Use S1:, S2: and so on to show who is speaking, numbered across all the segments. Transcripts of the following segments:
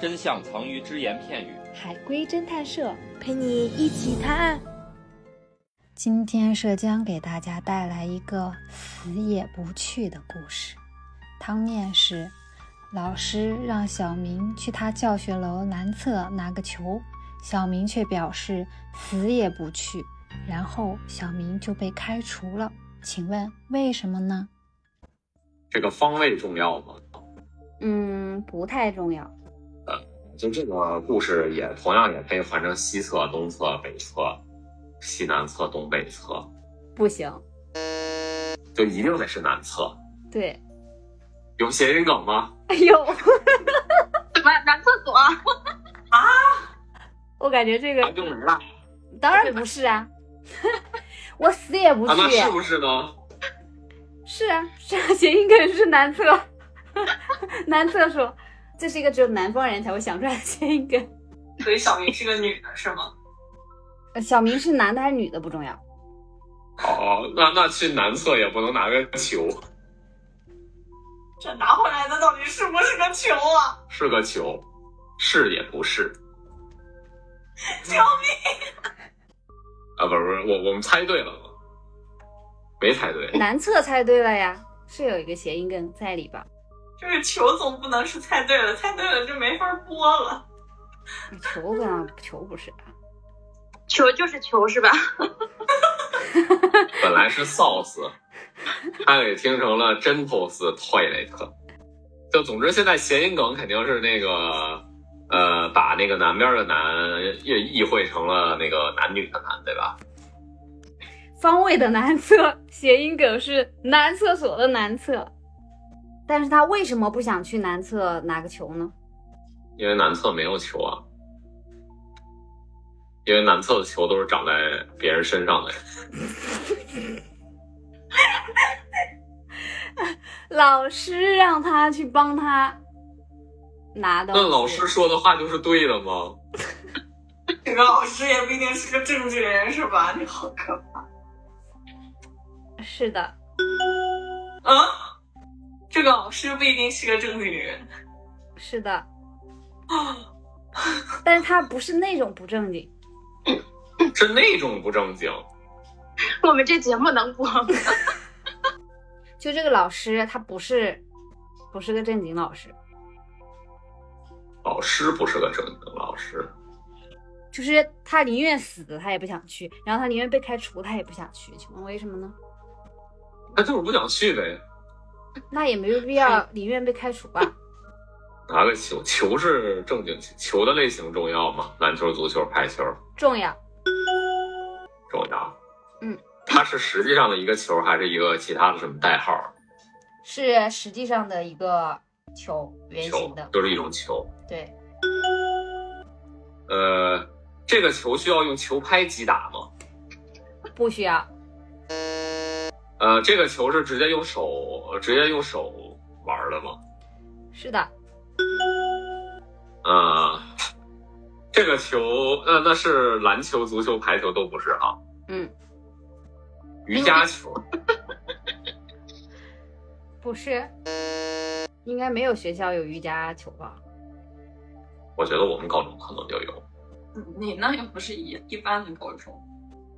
S1: 真相藏于只言片语。
S2: 海龟侦探社陪你一起探案。
S3: 今天社江给大家带来一个死也不去的故事。汤面是，老师让小明去他教学楼南侧拿个球，小明却表示死也不去，然后小明就被开除了。请问为什么呢？
S4: 这个方位重要吗？
S5: 嗯，不太重要。
S4: 就这个故事也同样也可以换成西侧、东侧、北侧、西南侧、东北侧，
S5: 不行，
S4: 就一定得是南侧。
S5: 对，
S4: 有谐音梗吗？
S5: 哎 呦，
S6: 男男厕所， 啊
S5: 我感觉这
S4: 啊，
S5: 个
S4: 就没了。
S5: 当然不是啊， 我死也不去。
S4: 啊，那是不是呢？
S5: 是啊，是啊，谐音梗是男厕， 男厕所，这是一个只有南方人才会想出来的谐音梗。
S6: 所以小明是个女的，是吗？
S5: 呃小明是男的还是女的不重要，
S4: 哦，那那去南侧也不能拿个球，
S6: 这拿回来的到底是不是个球啊？
S4: 是个球，是也不是。
S6: 救命！
S4: 啊，不是不是，我我们猜对了吗？没猜对。
S5: 男厕猜对了呀，是有一个谐音梗在里边儿。
S6: 就是球总不能是猜对了，猜对了就没法播了。
S5: 球不啊，球不是啊，
S7: 球就是球是吧？
S4: 本来是 sauce，他给听成了 gentles toilet。就总之，现在谐音梗肯定是那个，呃，把那个南边的南也意会成了那个男女的男，对吧？
S5: 方位的男厕谐音梗是男厕所的男厕，但是他为什么不想去男厕拿个球呢？
S4: 因为南侧没有球啊，因为南侧的球都是长在别人身上的呀。
S5: 老师让他去帮他拿的。
S4: 那老师说的话就是对的吗？
S6: 这个老师也不一定是个正经人，是吧？你好可
S5: 是的，
S6: 怕啊！这个老师不一定是个正经人，
S5: 是的，但是他不是那种不正经，
S4: 是那种不正经。
S7: 我们这节目能播吗？
S5: 就这个老师他不是不是个正经老师，
S4: 老师不是个正经老师，
S5: 就是他宁愿死他也不想去，然后他宁愿被开除他也不想去，请问为什么呢？
S4: 他就是不想去呗。
S5: 那也没有必要宁愿被开除吧？
S4: 拿个球， 球是正经球，球的类型重要吗？篮球、足球、排球
S5: 重要，
S4: 重要。
S5: 嗯，
S4: 它是实际上的一个球，还是一个其他的什么代号？
S5: 是实际上的一个球，圆
S4: 球
S5: 形的，
S4: 就是一种球。
S5: 对，
S4: 呃，这个球需要用球拍击打吗？
S5: 不需要，
S4: 呃，这个球是直接用手呃直接用手玩的吗？
S5: 是的，
S4: 呃，这个球，呃，那是篮球、足球、排球都不是哈。
S5: 嗯，
S4: 瑜伽球，
S5: 不是，应该没有学校有瑜伽球吧？
S4: 我觉得我们高中可能就有。
S6: 你那又不是一一般的高中，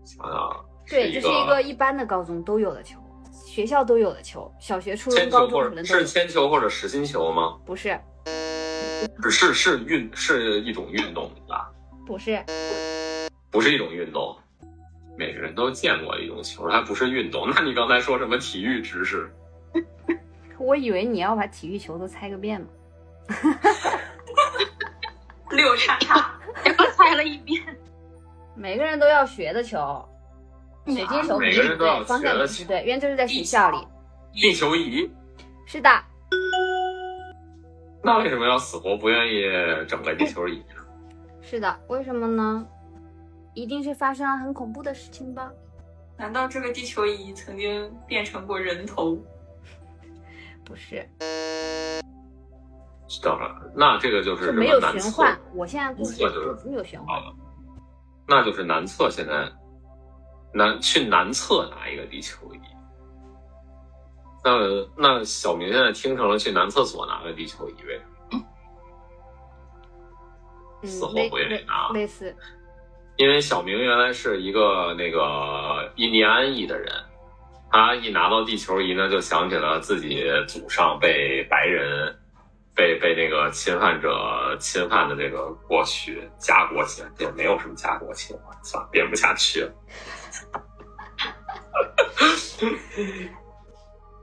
S4: 想想，
S5: 对，这是一个一般的高中都有的球，学校都有的球，小学、初中、
S4: 铅
S5: 嗯高
S4: 球
S5: 中
S4: 或
S5: 可
S4: 者
S5: 能都有
S4: 是。铅球或者实心球吗？
S5: 不是，
S4: 是是是运是一种运动吧？
S5: 不是，
S4: 不是一种运动。每个人都见过一种球，它不是运动。那你刚才说什么体育知识？
S5: 我以为你要把体育球都猜个遍嘛。
S6: 六叉叉，
S7: 我猜了一遍，
S5: 每个人都要学的球，水晶球不
S4: 每个人
S5: 是
S4: 都要
S5: 对，方向
S4: 学
S5: 不
S4: 的
S5: 是
S4: 球
S5: 对，因为这是在学校里。
S4: 地球仪？
S5: 是的，
S4: 那为什么要死活不愿意整个地球仪？
S5: 是的，为什么呢？一定是发生了很恐怖的事情吧？
S6: 难道这个地球仪曾经变成过人头？
S5: 不是，
S4: 当然，那这个就是什
S5: 就没
S4: 么
S5: 有
S4: 南
S5: 玄
S4: 侧？
S5: 幻。我现在故事
S4: 我觉得
S5: 没有玄
S4: 啊
S5: 幻，
S4: 那就是南侧现在南去南侧拿一个地球仪。那那小明现在听成了去男厕所拿个地球仪呗，
S5: 嗯
S4: 死活
S5: 类
S4: 不愿啊意
S5: 类
S4: 拿，
S5: 类似，
S4: 因为小明原来是一个那个印第安裔的人，他一拿到地球仪呢，就想起了自己祖上被白人被被那个侵犯者侵犯的这个过去家国情，也没有什么家国情，我操，编不下去了。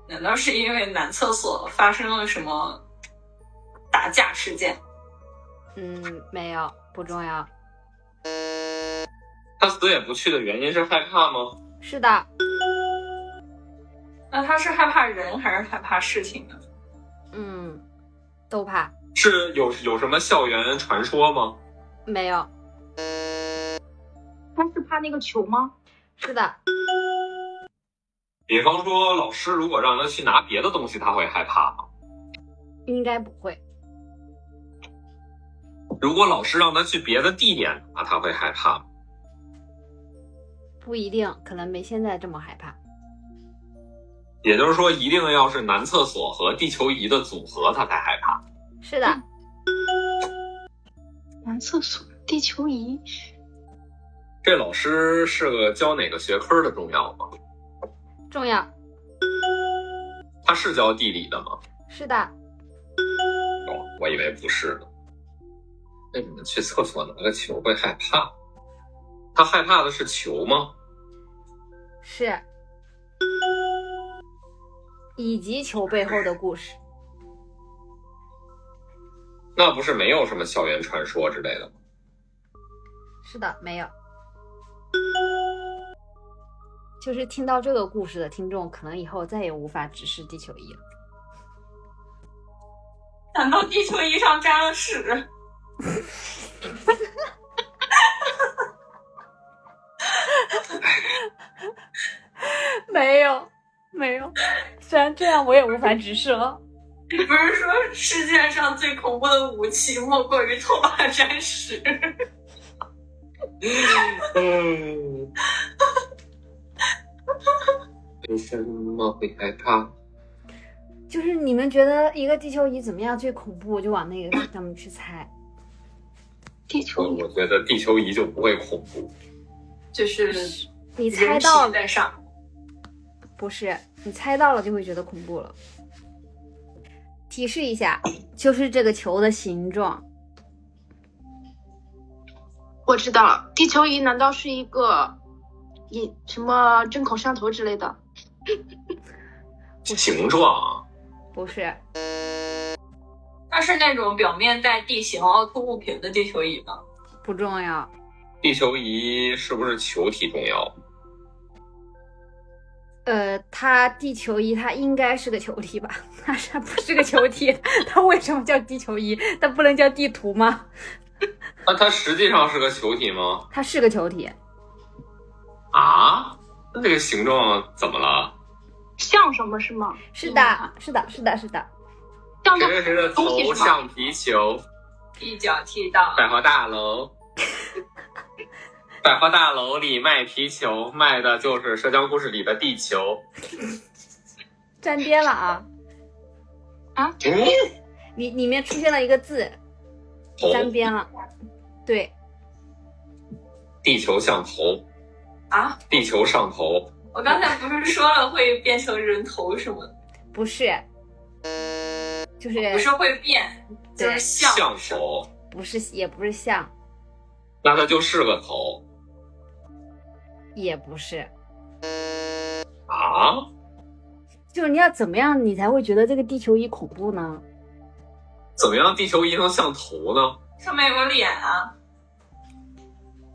S6: 难道是因为男厕所发生了什么打架事件？
S5: 嗯，没有，不重要。
S4: 他死也不去的原因是害怕吗？
S5: 是的，
S6: 那他是害怕人还是害怕事情呢？
S5: 嗯，都怕，
S4: 是有有什么校园传说吗？
S5: 没有，
S7: 他是怕那个球吗？
S5: 是的，
S4: 比方说，老师如果让他去拿别的东西，他会害怕吗？
S5: 应该不会，
S4: 如果老师让他去别的地点拿，他会害怕吗？
S5: 不一定，可能没现在这么害怕。
S4: 也就是说，一定要是男厕所和地球仪的组合，他才害怕。
S5: 是的，
S7: 嗯男厕所、地球仪，
S4: 这老师是个教哪个学科的重要吗？
S5: 重要，
S4: 他是教地理的吗？
S5: 是的，
S4: 哦，我以为不是呢。为什么去厕所拿个球会害怕？他害怕的是球吗？
S5: 是，以及球背后的故事，
S4: 那不是没有什么校园传说之类的吗？
S5: 是的，没有。就是听到这个故事的听众，可能以后再也无法直视地球仪了。
S6: 难道地球仪上沾了屎？
S5: 没有，没有。虽然这样，我也无法直视了。
S6: 你不是说世界上最恐怖的武器莫过于头发沾屎？
S4: 嗯，为什么会害怕？
S5: 就是你们觉得一个地球仪怎么样最恐怖，就往那个上面去猜。
S7: 地
S4: 我
S7: 球仪
S4: 我觉得地球仪就不会恐怖。
S6: 就是
S5: 你猜
S6: 人屎
S5: 到了
S6: 在上，
S5: 不是，你猜到了就会觉得恐怖了。提示一下，就是这个球的形状，
S7: 我知道了，地球仪难道是一个引什么针孔摄像头之类的？
S4: 形状啊
S5: 不是，
S6: 它是那种表面带地形、凹凸不平的地球仪吗？
S5: 不重要，
S4: 地球仪是不是球体重要？
S5: 呃，它地球仪它应该是个球体吧？ 它是不是个球体？ 它为什么叫地球仪？它不能叫地图吗？
S4: 那它实际上是个球体吗？
S5: 它是个球体，
S4: 啊？那这个形状怎么了？
S7: 像什么是吗？
S5: 是的，是的，是的，是的，
S7: 像
S4: 谁
S7: 个
S4: 谁谁的
S7: 东西
S4: 头
S7: 是吗？
S4: 像皮球？
S6: 一脚踢到
S4: 百货大楼，百货大楼里卖皮球，卖的就是《社交故事》里的地球。
S5: 沾边了啊！
S7: 啊，
S6: 嗯
S5: 里里面出现了一个字，
S6: 哦
S4: 头，
S5: 沾边了，对，
S4: 地球像头，
S6: 啊！
S4: 地球上头，
S6: 我刚才不是说了会变成人头什么的，
S5: 不是，就是
S6: 哦不是会变，就是像
S4: 像头，
S5: 不是，也不是像，
S4: 那它就是个头
S5: 也不是，
S4: 啊？
S5: 就是你要怎么样，你才会觉得这个地球仪恐怖呢？
S4: 怎么样，地球仪能像头呢？
S6: 上面有个脸啊，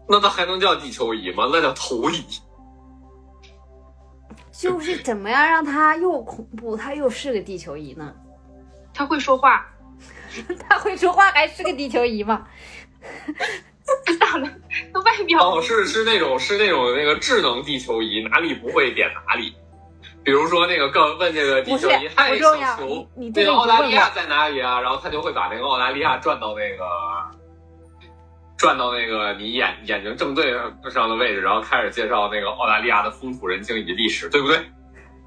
S4: 那它还能叫地球仪吗？那叫头仪。
S5: 就是怎么样让它又恐怖，它又是个地球仪呢？
S7: 他会说话，
S5: 它会说话还是个地球仪吗？
S7: 不知道呢，他外表
S4: 哦，是是那种是那种那个智能地球仪，哪里不会点哪里。比如说那个告问这个地球
S5: 不
S4: 仪，
S5: 是
S4: 嗨，
S5: 不重
S4: 小
S5: 要
S4: 球，
S5: 你你这
S4: 那个
S5: 个已经
S4: 澳大利亚
S5: 问
S4: 在哪里啊？然后他就会把那个澳大利亚转到那个转到那个你眼眼睛正对上的位置，然后开始介绍那个澳大利亚的风土人情以及历史，对不对？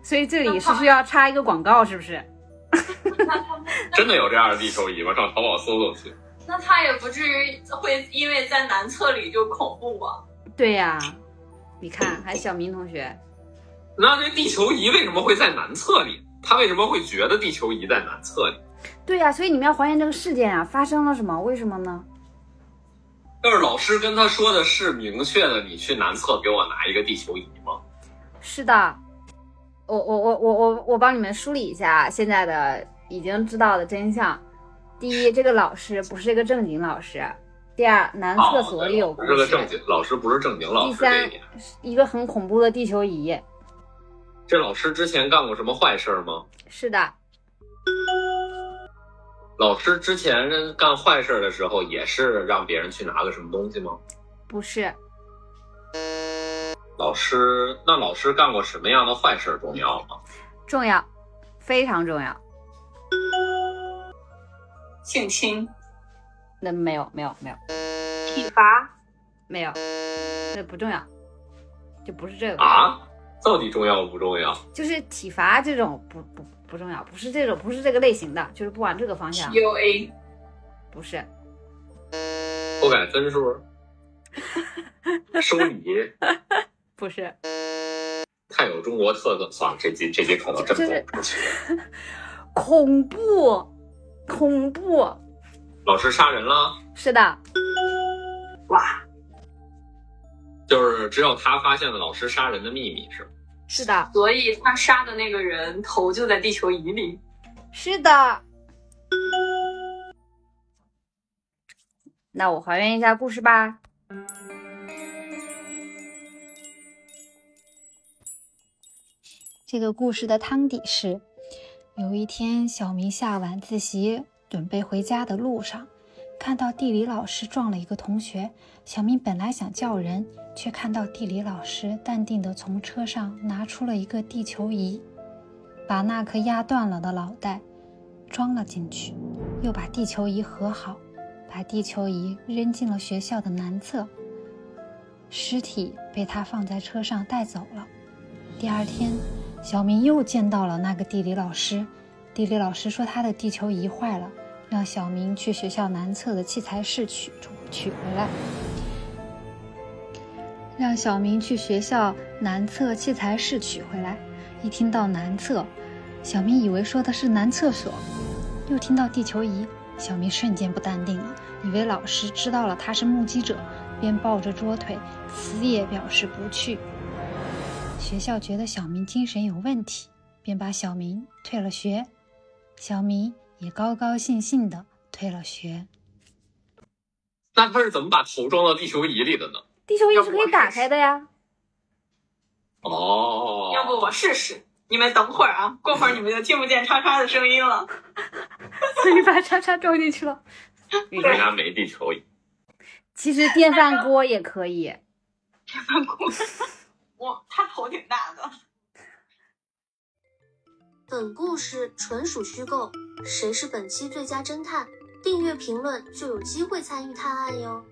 S5: 所以这里是需要插一个广告，是不是？
S4: 真的有这样的地球仪吗？上淘宝搜搜去。
S6: 那他也不至于会因为在男厕里就恐怖吧？
S5: 对呀、你看，还小明同学，
S4: 那这地球仪为什么会在南侧里？他为什么会觉得地球仪在南侧里？
S5: 对呀、所以你们要还原这个事件啊，发生了什么？为什么呢？
S4: 要是老师跟他说的是明确的，你去南侧给我拿一个地球仪吗？
S5: 是的，我我我我我我帮你们梳理一下现在的已经知道的真相。第一，这个老师不是一个正经老师；第二，男厕所里有故
S4: 不
S5: 事；
S4: 是个正经啊哦老师，不是正经老
S5: 第
S4: 师这一
S5: 三
S4: 点。，
S5: 一个很恐怖的地球仪。
S4: 这老师之前干过什么坏事儿吗？
S5: 是的，
S4: 老师之前干坏事儿的时候，也是让别人去拿个什么东西吗？
S5: 不是，
S4: 老师，那老师干过什么样的坏事儿重要吗？
S5: 重要，非常重要。
S6: 性侵
S5: 那没有没有没有
S7: 体罚，
S5: 没有，这不重要，就不是这个，
S4: 啊？到底重要不重要？
S5: 就是体罚这种不不不重要，不是这种不是这个类型的，就是不往这个方向，
S6: PUA，
S5: 不是。
S4: 不改分数， 收礼，
S5: 不是，
S4: 太有中国特色。算了，这集这集可能真播不出去。
S5: 恐怖，恐怖，
S4: 老师杀人了，
S5: 是的，
S7: 哇，
S4: 就是只有他发现了老师杀人的秘密，是吗？
S5: 是的，
S6: 所以他杀的那个人头就在地球仪里。
S5: 是的。那我还原一下故事吧。
S3: 这个故事的汤底是：有一天，小明下晚自习准备回家的路上，看到地理老师撞了一个同学。小明本来想叫人，却看到地理老师淡定地从车上拿出了一个地球仪，把那颗压断了的脑袋装了进去，又把地球仪合好，把地球仪扔进了学校的南侧。尸体被他放在车上带走了。第二天，小明又见到了那个地理老师。地理老师说他的地球仪坏了，让小明去学校南侧的器材室取取回来。让小明去学校南侧器材室取回来。一听到南侧，小明以为说的是男厕所，又听到地球仪，小明瞬间不淡定了，以为老师知道了他是目击者，便抱着桌腿，死也表示不去。学校觉得小明精神有问题，便把小明退了学。小明也高高兴兴的退了学。
S4: 那他是怎么把头装到地球仪里的呢？
S5: 地球仪是可以打开的呀。
S4: 哦，
S6: 要不我试试？你们等会儿啊，过会儿你们就听不见叉叉的声音了。
S5: 所以把叉叉装进去了。
S4: 你们家没地球仪，
S5: 其实电饭锅也可以，
S6: 我他头挺大的，
S8: 本故事纯属虚构，谁是本期最佳侦探？订阅评论就有机会参与探案哟。